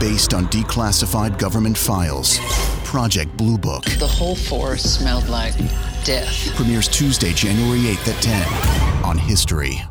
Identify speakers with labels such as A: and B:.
A: based on declassified government files. Project Blue Book
B: The whole forest smelled like death.
A: premieres Tuesday, January 8th at 10 on History.